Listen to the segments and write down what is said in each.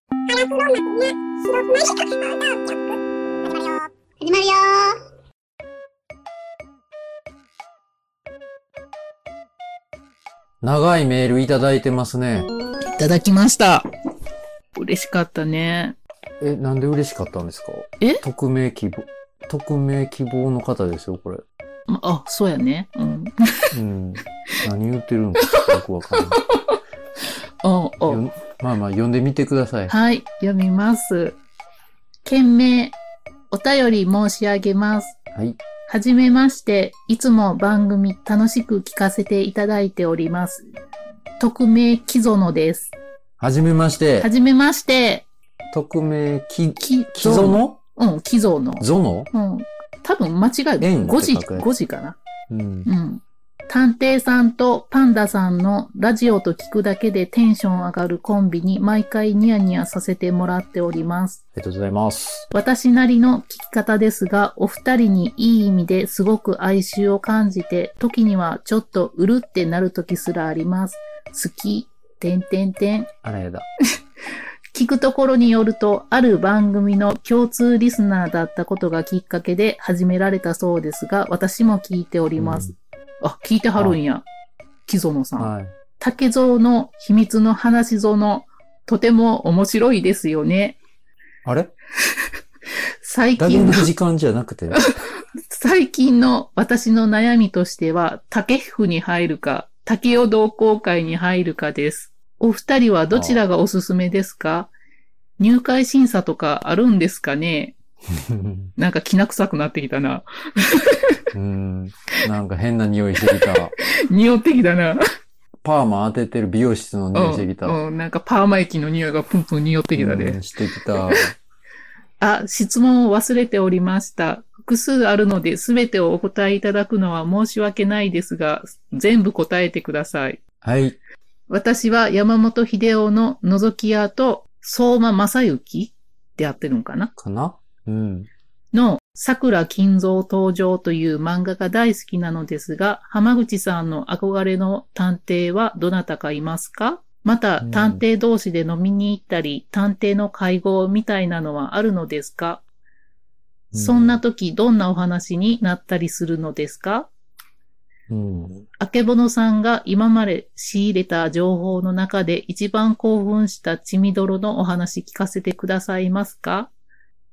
カラフロマニア白マリカ放送局始まるよ長いメールいただいてますね。いただきました。嬉しかったね。え、なんで嬉しかったんですかえ匿名希望。匿名希望の方ですよ、これ。まあ、そうやね。うん。 うん。何言ってるのかよくわかんないお うおよ。うんまあまあ、読んでみてください。はい、読みます。件名、お便り申し上げます。はい。はじめまして、いつも番組楽しく聞かせていただいております。匿名木園です。はじめましはて。じめまして、匿名き、木、きぞのうん、木園。ぞのうん。多分間違い、円って5時、書くやつ5時かな。うん。うん。探偵さんとパンダさんのラジオと聞くだけでテンション上がるコンビに毎回ニヤニヤさせてもらっております。ありがとうございます。私なりの聞き方ですが、お二人にいい意味ですごく哀愁を感じて、時にはちょっとうるってなる時すらあります。好き、てんてんてん。あれだ。聞くところによると、ある番組の共通リスナーだったことがきっかけで始められたそうですが、私も聞いております。あ、聞いてはるんや。木園さん。はい。竹蔵の秘密の話ぞの、とても面白いですよね。あれ最だけの近の、時間じゃなくて。最近の私の悩みとしては、竹府に入るか、竹雄同好会に入るかです。お二人はどちらがおすすめですか入会審査とかあるんですかねうんなんかきな臭くなってきたな。うん。なんか変な匂いしてき た。匂ってきたな。パーマ当ててる美容室の匂いしてきた。うん、うんなんかパーマ液の匂いがプンプン匂ってきたで、うんしてきた。あ、質問を忘れておりました。複数あるので、すべてをお答えいただくのは申し訳ないですが、全部答えてください。はい。私は山本秀夫の覗き屋と相馬正幸ってやってるのかなかなうん。の桜金蔵登場という漫画が大好きなのですが、浜口さんの憧れの探偵はどなたかいますかまた、うん探偵同士で飲みに行ったり、探偵の会合みたいなのはあるのですかそんな時どんなお話になったりするのですかうん。あけぼのさんが今まで仕入れた情報の中で一番興奮した血みどろのお話聞かせてくださいますか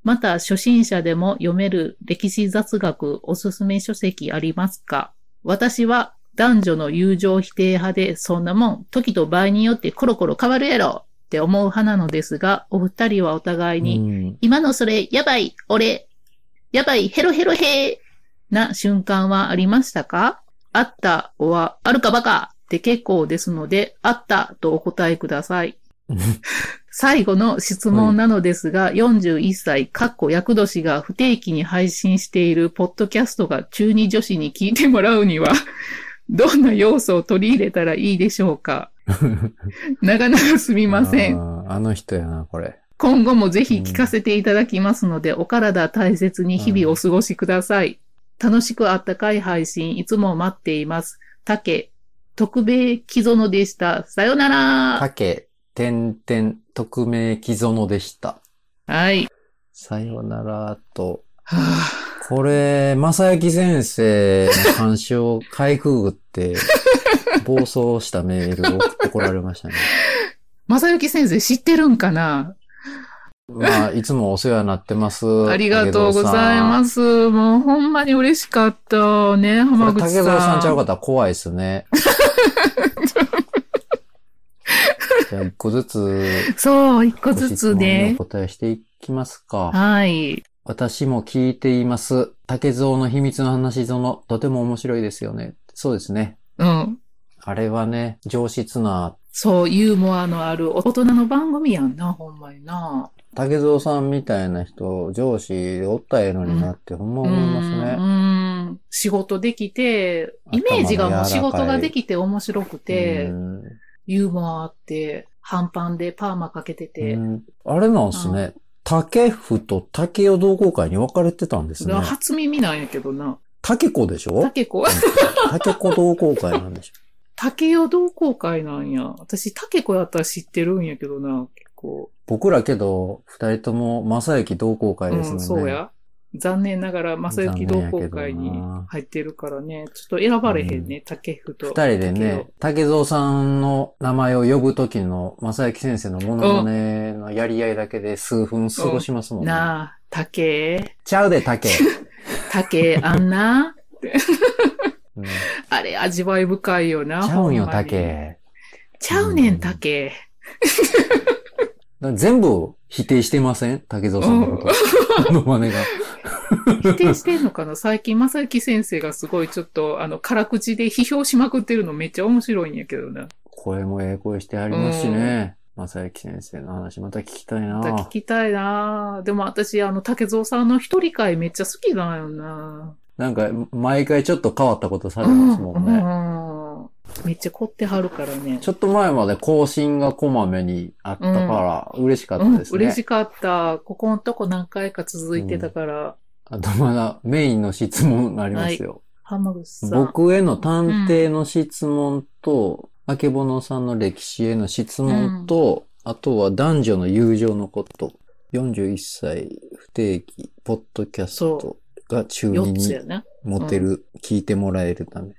また初心者でも読める歴史雑学おすすめ書籍ありますか私は男女の友情否定派でそんなもん時と場合によってコロコロ変わるやろって思う派なのですがお二人はお互いにうん今のそれ、やばい、俺、やばい、ヘロヘロヘーな瞬間はありましたかあったは、あるかバカで結構ですので、あったとお答えください。最後の質問なのですが、41歳、かっこ役年が不定期に配信しているポッドキャストが中二女子に聞いてもらうには、どんな要素を取り入れたらいいでしょうか長々すみません。あーあの人やな、これ。今後もぜひ聞かせていただきますので、お体大切に日々お過ごしください。楽しくあったかい配信、いつも待っています。竹、特命木園でした。さよなら竹、点々、匿名既存のでした。はい。さよならと。はあこれ、正幸先生の監視をかいくぐっ て、暴走したメールを送ってこられましたね。正幸先生知ってるんかなまあ、いつもお世話になってます。。ありがとうございますす。もうほんまに嬉しかったこれね、浜、竹口さん。蔵さんちゃう方怖いです ね。じゃあ、一個ずつそう、一個ごず質つ問におね。答えしていきますか。はい。私も聞いています。竹蔵の秘密の話その、とても面白いですよね。そうですね。うん。あれはね、上質な、そう、ユーモアのある大人の番組やんな、ほんまにな。竹蔵さんみたいな人、上司でおったらええのになって、ほんま思いますうね。んうん仕事できて、イメージがもう仕事ができて面白くてう、んユーモアあって、半パンでパーマかけてて、うんあれなんですね。竹府と竹雄同好会に分かれてたんですね。初耳なんやけどな。竹子でしょ竹子、竹子同好会なんでしょ竹雄同好会なんや。私、竹子やったら知ってるんやけどな。こ僕らけど、二人とも正幸同好う、会うですもんん、ね。そうや。残念ながら、正幸同好会に入ってるからね、ちょっと選ばれへんね、竹夫と。二人でね、竹蔵さんの名前を呼ぶときの正幸先生のモノマネのやり合いだけで数分過ごしますもんね。なあ、竹、ちゃうで、 竹。竹、あんな、うんちあれ味わい深いよな。ゃうんよ、ほまに。竹。ちゃうねうんん、竹。全部否定してません竹蔵さんのこと。 モノマネが。否定してんのかな最近、正幸先生がすごいちょっと、あの、辛口で批評しまくってるのめっちゃ面白いんやけどな。声もええ声してありますしね。正幸先生の話また聞きたいなまた聞きたいなでも私、あの、竹蔵さんの一人会めっちゃ好きだよななんか、毎回ちょっと変わったことされますもんね。うんうんめっちゃ凝ってはるからね。ちょっと前まで更新がこまめにあったから、嬉しかったうんですね。嬉しかった。ここのとこ何回か続いてたから、あとまだメインの質問がありますよ。ハムさん。僕への探偵の質問と、あけぼのさんの歴史への質問と、あとは男女の友情のこと。41歳不定期、ポッドキャストそが中二4つにやね。モテる、聞いてもらえるため。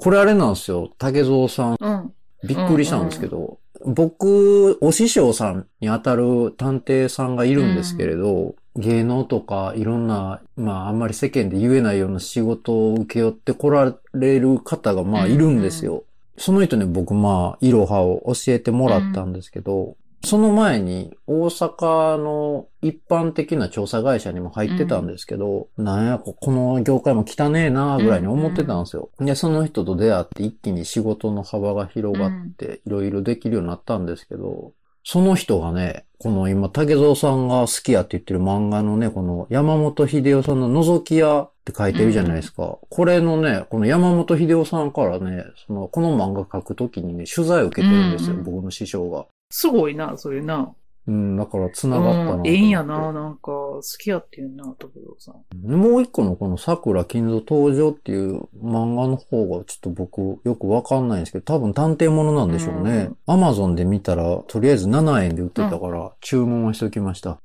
これあれなんですよ。竹蔵さんうん。びっくりしたんですけど、僕、お師匠さんにあたる探偵さんがいるんですけれど、芸能とかいろんな、まああんまり世間で言えないような仕事を請け負って来られる方がまあいるんですよ。その人に僕まあ、いろはを教えてもらったんですけど、その前に大阪の一般的な調査会社にも入ってたんですけど、なんや、ここの業界も汚ねえなぐらいに思ってたんですよ。で、その人と出会って一気に仕事の幅が広がって、いろいろできるようになったんですけど、その人がね、この今、竹蔵さんが好きやって言ってる漫画のね、この山本秀夫さんの覗き屋って書いてるじゃないですか。これのね、この山本秀夫さんからね、その、この漫画書くときにね、取材を受けてるんですよ、うんうん僕の師匠が。すごいな、それな。うん、だから繋がったなと思っうん、て。ええんやな、なんか、好きやってんな、徳蔵さん。もう一個のこの桜金蔵登場っていう漫画の方がちょっと僕よくわかんないんですけど、多分探偵ものなんでしょうね。アマゾンで見たら、とりあえず7円で売ってたから、注文はしておきました。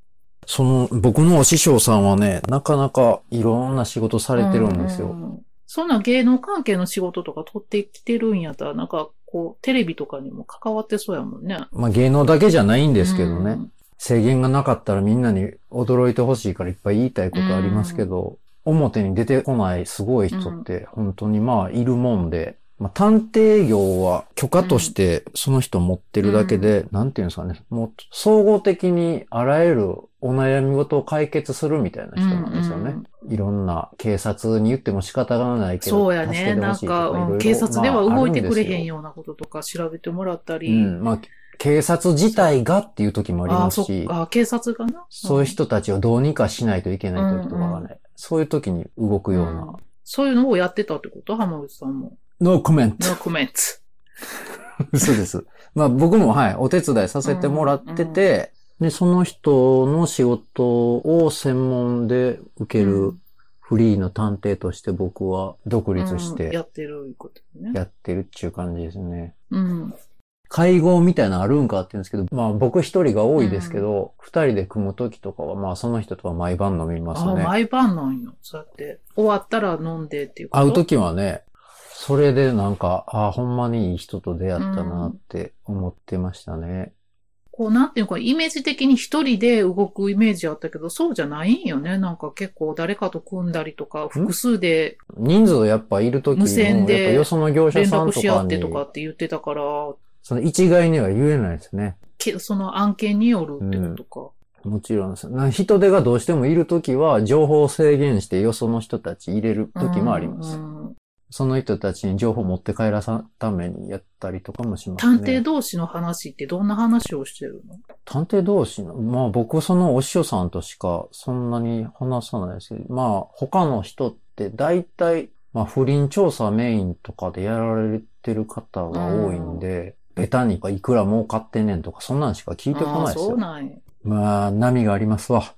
その、僕のお師匠さんはね、なかなかいろんな仕事されてるんですよ。うううそんな芸能関係の仕事とか取ってきてるんやったら、なんか、こう、テレビとかにも関わってそうやもんね。まあ芸能だけじゃないんですけどね。うん制限がなかったらみんなに驚いてほしいからいっぱい言いたいことありますけど、表に出てこないすごい人って本当にまあいるもんで、まあ探偵業は許可としてその人持ってるだけで、なんていうんですかね、もう総合的にあらゆるお悩み事を解決するみたいな人なんですよね。うんいろんな警察に言っても仕方がないけど、そうや助けね。てなほんしいとか、いろいうんろ警察ではまあ動いてくれあるんでへすんよようなこととか調べてもらったり。うん、まあ、警察自体がっていう時もありあまあ、すそしっ、か。警察がな。そういううん人たちをどうにかしないといけない時とかがね、うんそういう時に動くような。そういうのをやってたってこと浜口さん も。ノーコメントノーコメント。そうです。まあ僕もはい、お手伝いさせてもらってて、で、その人の仕事を専門で受けうるんフリーの探偵として僕は独立しうんやてってるいうことね。やってるっていう感じですね。うん。会合みたいなのあるんかって言うんですけど、まあ僕一人が多いですけど、二、人で組む時とかはまあその人とは毎晩飲みますああ、ね。毎晩なんよ。そうやって。終わったら飲んでっていうこと。会うときはね、それでなんか、ああ、ほんまにいい人と出会ったなって思ってましたね。こう、なんていうか、イメージ的に一人で動くイメージあったけど、そうじゃないんよね。なんか結構誰かと組んだりとか、複数で人数やっぱいるときも、無線でやっぱよその業者連さん絡とし合かってとかに、って言ってたから、その一概には言えないですね。けその案件によるってこもちろんです。な人手がどうしてもいるときは、情報を制限してよその人たち入れるとか。ときもあります。うんその人たちに情報持って帰らさんためにやったりとかもしますね。探偵同士の話ってどんな話をしてるの探偵同士の、まあ僕そのお師匠さんとしかそんなに話さないですけど、まあ他の人って大体、まあ不倫調査メインとかでやられてる方が多いんで、ベタにいくら儲かってんねんとかそんなんしか聞いてこああ、ないですそうよ。なんや。まあ波がありますわ。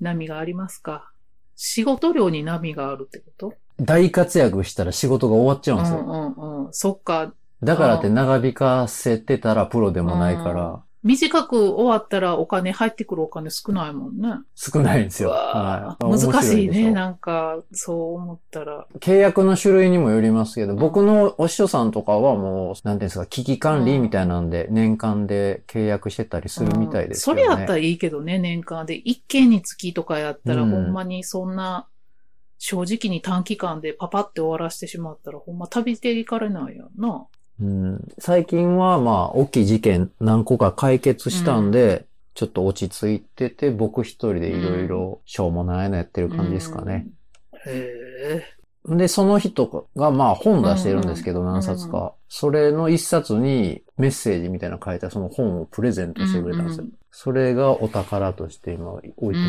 波がありますか。仕事量に波があるってこと大活躍したら仕事が終わっちゃうんですよ。うんうんうん。そっか。だからって長引かせてたらプロでもないから、短く終わったらお金、入ってくるお金少ないもんね。少ないんですよ。わはあい面白難しいでしね。ょなんか、そう思ったら。契約の種類にもよりますけど、僕のお師匠さんとかはもう、なんていうんですか、危機管理みたいなんで、年間で契約してたりするみたいですようんね。それやったらいいけどね、年間で。一件につきとかやったら、うんほんまにそんな、正直に短期間でパパって終わらせてしまったら、ほんま旅で行かれないやんな。うん、最近はまあ、大きい事件何個か解決したんで、ちょっと落ち着いてて、僕一人でいろいろしょうもないのやってる感じですかね。うん。へえ。で、その人がまあ本出してるんですけど、何冊か。それの一冊にメッセージみたいなの書いたその本をプレゼントしてくれたんですよ。うんうんそれがお宝として今置いてますね。う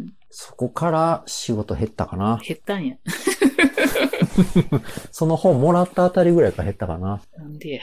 んそこから仕事減ったかな。減ったんや。その本もらったあたりぐらいから減ったかな。なんでや。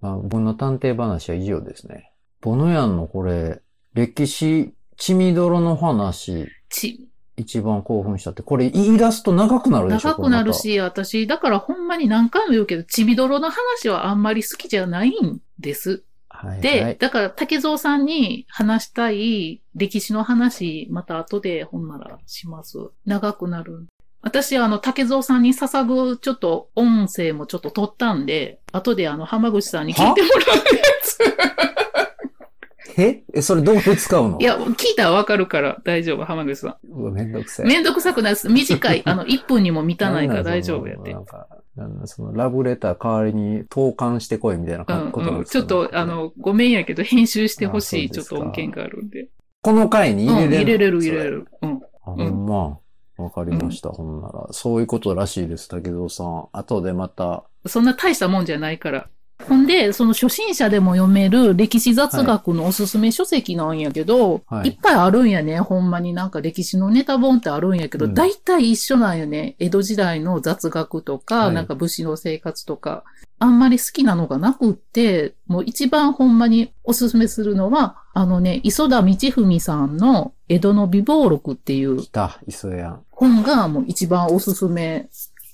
まあ、僕の探偵話は以上ですね。ボノヤンのこれ、歴史、血みどろの話、ち、一番興奮したって、これ言い出すと長くなるでしょ長くなる。し、私、だからほんまに何回も言うけど、ちびどろの話はあんまり好きじゃないんです。これまたはい、で、はい。だから竹蔵さんに話したい歴史の話、また後で本ならします。長くなる。私、あの、竹蔵さんに捧ぐ、ちょっと、音声もちょっと取ったんで、後で、あの、浜口さんに聞いてもらうやつ。ええ、それどうやって使うのいや、聞いたらわかるから、大丈夫、浜口さうわめんどくせん。え。めんどくさくないです。短い、あの、1分にも満たないからんなん大その丈夫やってな。んか、なんだそのラブレター代わりに投函してこいみたいなうかんことなんうん、ですちかょっと、あ、の、ごめんやけど、編集してほしい、あそうでちょっすかと音源があるんで。この回に入れれるのうん、入れれる、入それれる。うん。あ、ほんま。わかりました、ほんなら。そういうことらしいです、竹蔵さん。後でまた。そんな大したもんじゃないから。ほんで、その初心者でも読める歴史雑学のおすすめ書籍なんやけど、はいい、っぱいあるんやね。ほんまになんか歴史のネタ本ってあるんやけど、うん大体一緒なんよね。江戸時代の雑学とか、はいなんか武士の生活とか。あんまり好きなのがなくって、もう一番ほんまにおすすめするのは、あのね、磯田道文さんの江戸の美貌録っていう来た、磯谷。本がもう一番おすすめ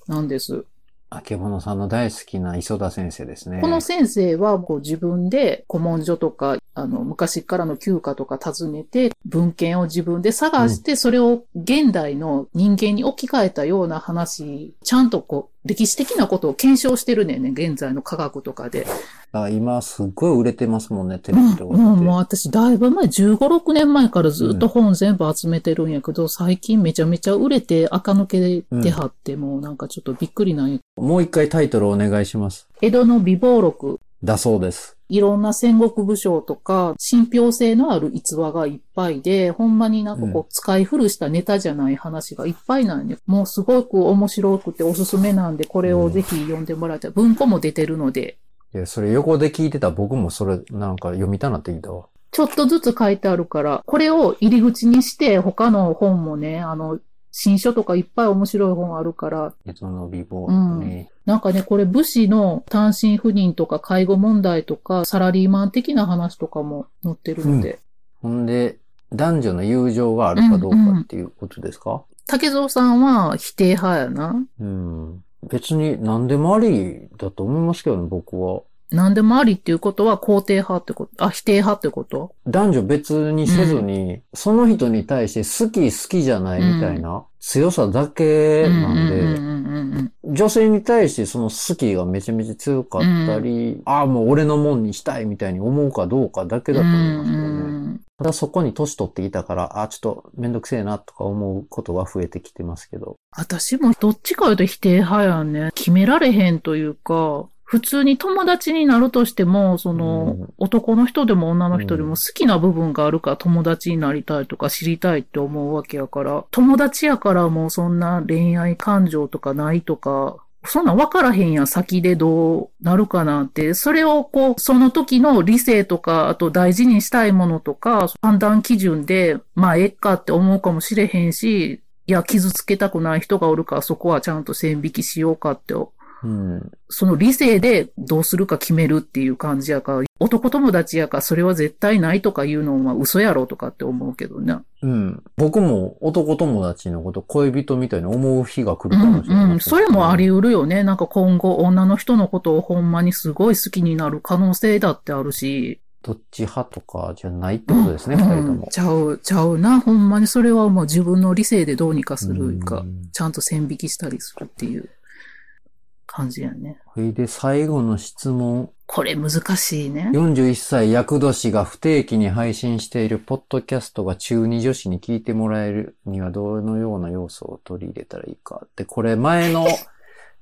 なんです。あけぼのさんの大好きな磯田先生ですね。この先生はこう自分で古文書とか、あの、昔からの旧家とか訪ねて、文献を自分で探して、それを現代の人間に置き換えたような話、ちゃんとこう、歴史的なことを検証してるねんね、現在の科学とかで。あ今、すっごい売れてますもんね、テレビとかで。もう、もう私、だいぶ前、15、6年前からずっと本全部集めてるんやけど、最近めちゃめちゃ売れて、垢抜けてはって、もうなんかちょっとびっくりなんや。もう一回タイトルお願いします。江戸の美貌録だそうです。いろんな戦国武将とか、信憑性のある逸話がいっぱいで、ほんまになんかこうんう、使い古したネタじゃない話がいっぱいなんで、もうすごく面白くておすすめなんで、これをぜひ読んでもらいたい。文庫も出てるので、いや、それ横で聞いてた僕もそれ、なんか読みたなってきたわ。ちょっとずつ書いてあるから、これを入り口にして、他の本もね、あの、新書とかいっぱい面白い本あるから、江戸の美貌ね。なんかね、これ武士の単身赴任とか介護問題とか、サラリーマン的な話とかも載ってるので、ほんで、男女の友情があるかどうかっていうことですか、竹蔵さんは否定派やな。うん、別に何でもありだと思いますけどね、僕は。何でもありっていうことは肯定派ってこと、あ、否定派ってこと男女別にせずに、その人に対して好き好きじゃないみたいな強さだけなんで、うんうんうんうん女性に対してその好きがめちゃめちゃ強かったり、ああ、もう俺のもんにしたいみたいに思うかどうかだけうんだと思いますけどね。うんただそこに年取っていたから、ああ、ちょっとめんどくせえなとか思うことが増えてきてますけど。私もどっちか言うと否定派やね。決められへんというか、普通に友達になるとしても、その、うん男の人でも女の人でうんも好きな部分があるから友達になりたいとか知りたいって思うわけやから、友達やからもうそんな恋愛感情とかないとか、そんなん分からへんやん先でどうなるかなんて、それをこう、その時の理性とか、あと大事にしたいものとか、判断基準で、まあ、えっかって思うかもしれへんし、いや、傷つけたくない人がおるから、そこはちゃんと線引きしようかってうん。その理性でどうするか決めるっていう感じやから、男友達やからそれは絶対ないとかいうのは嘘やろとかって思うけどね。うん。僕も男友達のこと恋人みたいに思う日が来うるかもしれない、んうん。それもあり得るよね。なんか今後女の人のことをほんまにすごい好きになる可能性だってあるし、どっち派とかじゃないってことですね、二、人とうんも。ちゃう、ちゃうな。ほんまにそれはもう自分の理性でどうにかするうか、んちゃんと線引きしたりするっていう感じやね。ほいで、最後の質問。これ難しいね。 41歳役年が不定期に配信しているポッドキャストが中二女子に聞いてもらえるにはどのような要素を取り入れたらいいか。で、これ前の、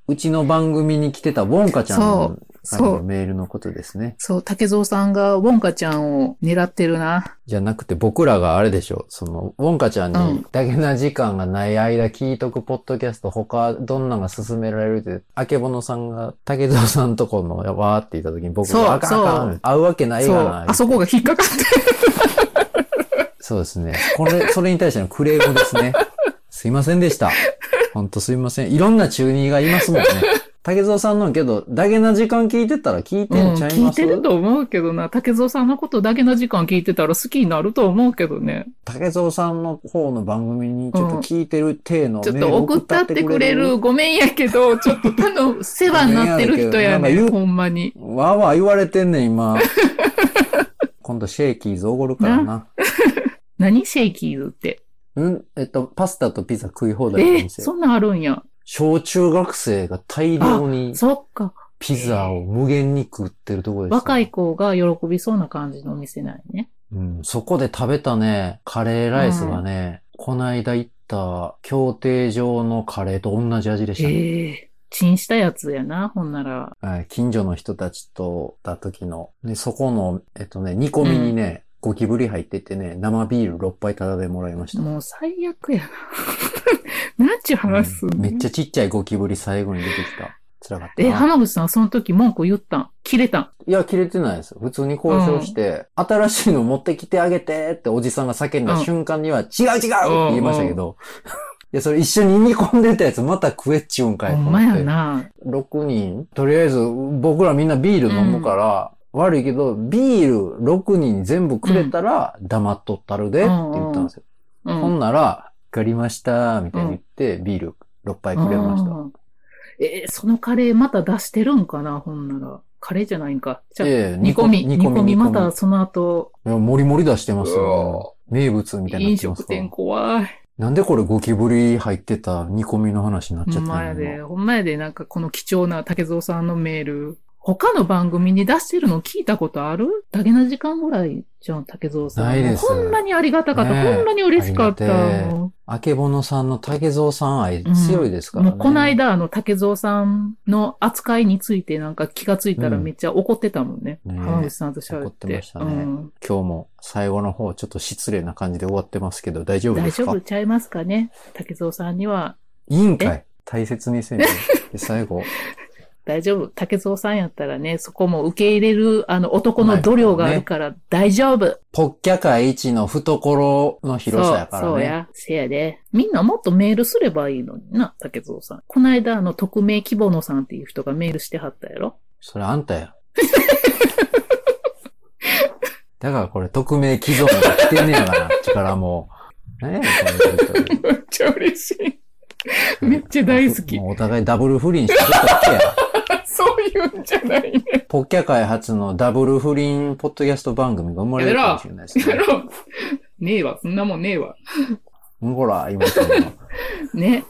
うちの番組に来てたウォンカちゃんのからそのう。メールのことですね。そう、竹蔵さんがウォンカちゃんを狙ってるな。じゃなくて僕らがあれでしょその、ウォンカちゃんにうんだけな時間がない間聞いとくポッドキャスト他どんなのが勧められるって、あけぼのさんが竹蔵さんとこのわーって言った時に僕そうがあかんあかそうん合うわけないそがう、な。あそこが引っかかってそうですね。これ、 それに対してのクレームですね。すいませんでした。ほんとすいません。いろんな中二がいますもんね。竹蔵さんのけど、だけな時間聞いてたら聞いてうんんちゃい聞まいす、てると思うけどな。竹蔵さんのことだけの時間聞いてたら好きになると思うけどね。竹蔵さんの方の番組にちょっと聞いてる体のちょっメールと送ったってくれる。ごめんやけど、ちょっと他の世話になってる 人やごめんねやけどなんか言ん、うほんまに。わーわー言われてんねん、今。 今度シェイキーズおごるからな。何シェイキーズって。うんえっと、パスタとピザ食い放え題の店。そんなんあるんや。小中学生が大量にそっか。ピザを無限に食ってるとこです、若い。子が喜びそうな感じのお店なんやね。うん。そこで食べたね、カレーライスがね、こないだ行った協定上のカレーと同じ味でしたね。ええチンしたやつやな、ほんなら。はい近所の人たちとだ時の、ね、そこの、えっとね、煮込みにね、ゴキブリ入っててね、生ビール6杯タダでもらいました。もう最悪 やな。なんちゅう話すんの、めっちゃちっちゃいゴキブリ最後に出てきた。辛かったえ、な。浜口さんその時文句言ったん切れたんいや、切れてないですよ。普通に交渉して、新しいの持ってきてあげてっておじさんが叫んだ瞬間には、違う違うって言いましたけど、いや、それ一緒に煮込んでたやつまた食えっちゅうんかいとほ思んって。まやな。 6人、とりあえず僕らみんなビール飲むから、悪いけど、ビール6人全部くれたら黙っとったるでって言ったんですよ。うほんなら、わかりました、みたいに言って、ビール6杯くれました。うんえーそのカレーまた出してるんかな、ほんなら。カレーじゃないんか。じゃあ、ええ煮込み、煮煮込み込煮み、込みまたその後、いや、もりもり出してますよ。名物みたいにな飲ってま食す店よ。怖い。なんでこれゴキブリ入ってた煮込みの話になっちゃっほたんのまやで、ほんまやで、なんかこの貴重な竹蔵さんのメール。他の番組に出してるの聞いたことあるだけな時間ぐらいじゃん、竹蔵さん。ないですこんなにありがたかった。ねえこんなに嬉しかった。ありがてえもうあけぼのさんの竹蔵さん愛強いですからね。もうこの間、あの、竹蔵さんの扱いについてなんか気がついたらめっちゃ怒ってたもんね。うんねえ浜口さんと喋って。怒ってましたねうん今日も最後の方ちょっと失礼な感じで終わってますけど、大丈夫で大す丈か夫ちゃいますかね竹蔵さんには、いいんかい大切にせんで。で最後。 大丈夫竹蔵さんやったらね、そこも受け入れる、あの、男の度量があるから大丈夫、ポッキャ界一の懐の広さやからね。そう、そうや。せやで。みんなもっとメールすればいいのにな、竹蔵さん。この間、あの、匿名希望のさんっていう人がメールしてはったやろそれあんたや。 だからこれ、匿名寄贈が来てんねやから、 力もう。ねえ、こめっちゃ嬉しい。めっちゃ大好 きもうお互いダブル不倫してきたってや。 そういうんじゃないね。ポッキャ界初のダブル不倫ポッドキャスト番組が生まれるかもしれないですやね。ろ ねえわ、そんなもんねえわ。うんほら、今そのね。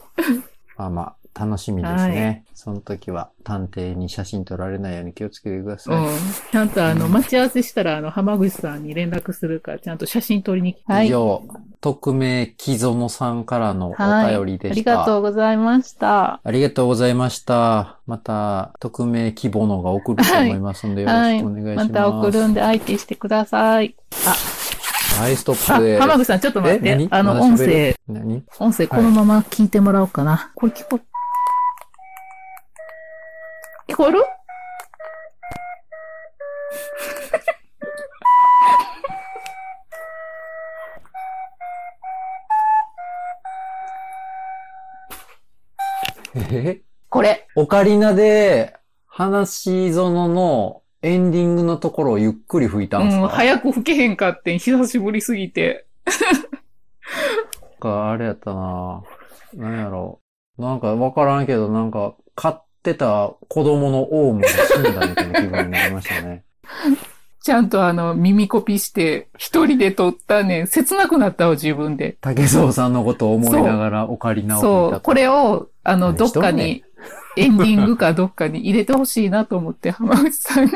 まあまあ、楽しみですはね。その時は探偵に写真撮られないように気をつけてくだうさい。ん。ちゃんとあの、待ち合わせしたら、あの、浜口さんに連絡するから、ちゃんと写真撮りに来て。以上、匿名木園さんからのおはい便りでありした。がとうございました。ありがとうございました。また、匿名希望のが送ると思いますので、よろはしい。くお願いします。また送るんで相手してください。はい、ストッあプで、す。浜口さん、ちょっと待っえて。何あの、まだ音喋る声、何音声このまま聞いてもらおうかな。これ聞こえ、聞こえるえこれ。 オカリナで、話し園のエンディングのところをゆっくり吹いたんですか、うん、早く吹けへんかってん、久しぶりすぎて。なんか、あれやったななんやろ。なんかわからんけど、なんか、 飼ってた子供のオウムが死んだみたいな気分になりましたね。ちゃんとあの、耳コピして、一人で撮ったね、切なくなったわ、自分で。竹蔵さんのことを思いながらオカリナを見そたう、これを、あの、何どっしとんねかん に、エンディングかどっかに入れてほしいなと思って、浜口さんに。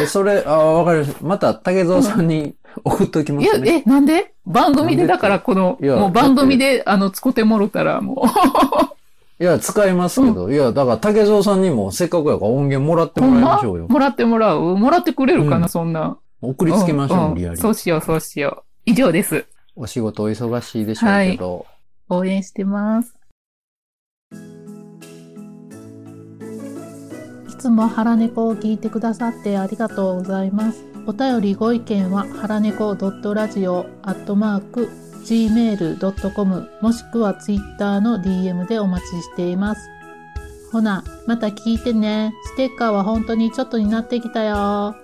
え、それ、あ、わかりました。また、竹蔵さんに送っときまいやす、ね。え、なんで番な組で、んでだからこの、いやもう番組で、あの、使ってもろたら、もいや、使いますけど。いや、だから竹蔵さんにもせっかくやから音源もらってう、もらほんいまましょうよ。もらってもらうもらってくれるかうな、んそんな。送りつけましょう、ん無理やりそ。うしよう、そうしよう。以上です。お仕事お忙しいでしょうけど。応援してます。いつも腹猫を聞いてくださってありがとうございます。お便りご意見は、腹猫ドットラジオアットマーク gmail.com もしくは Twitter の DM でお待ちしています。ほな、また聞いてね。ステッカーは本当にちょっとになってきたよ。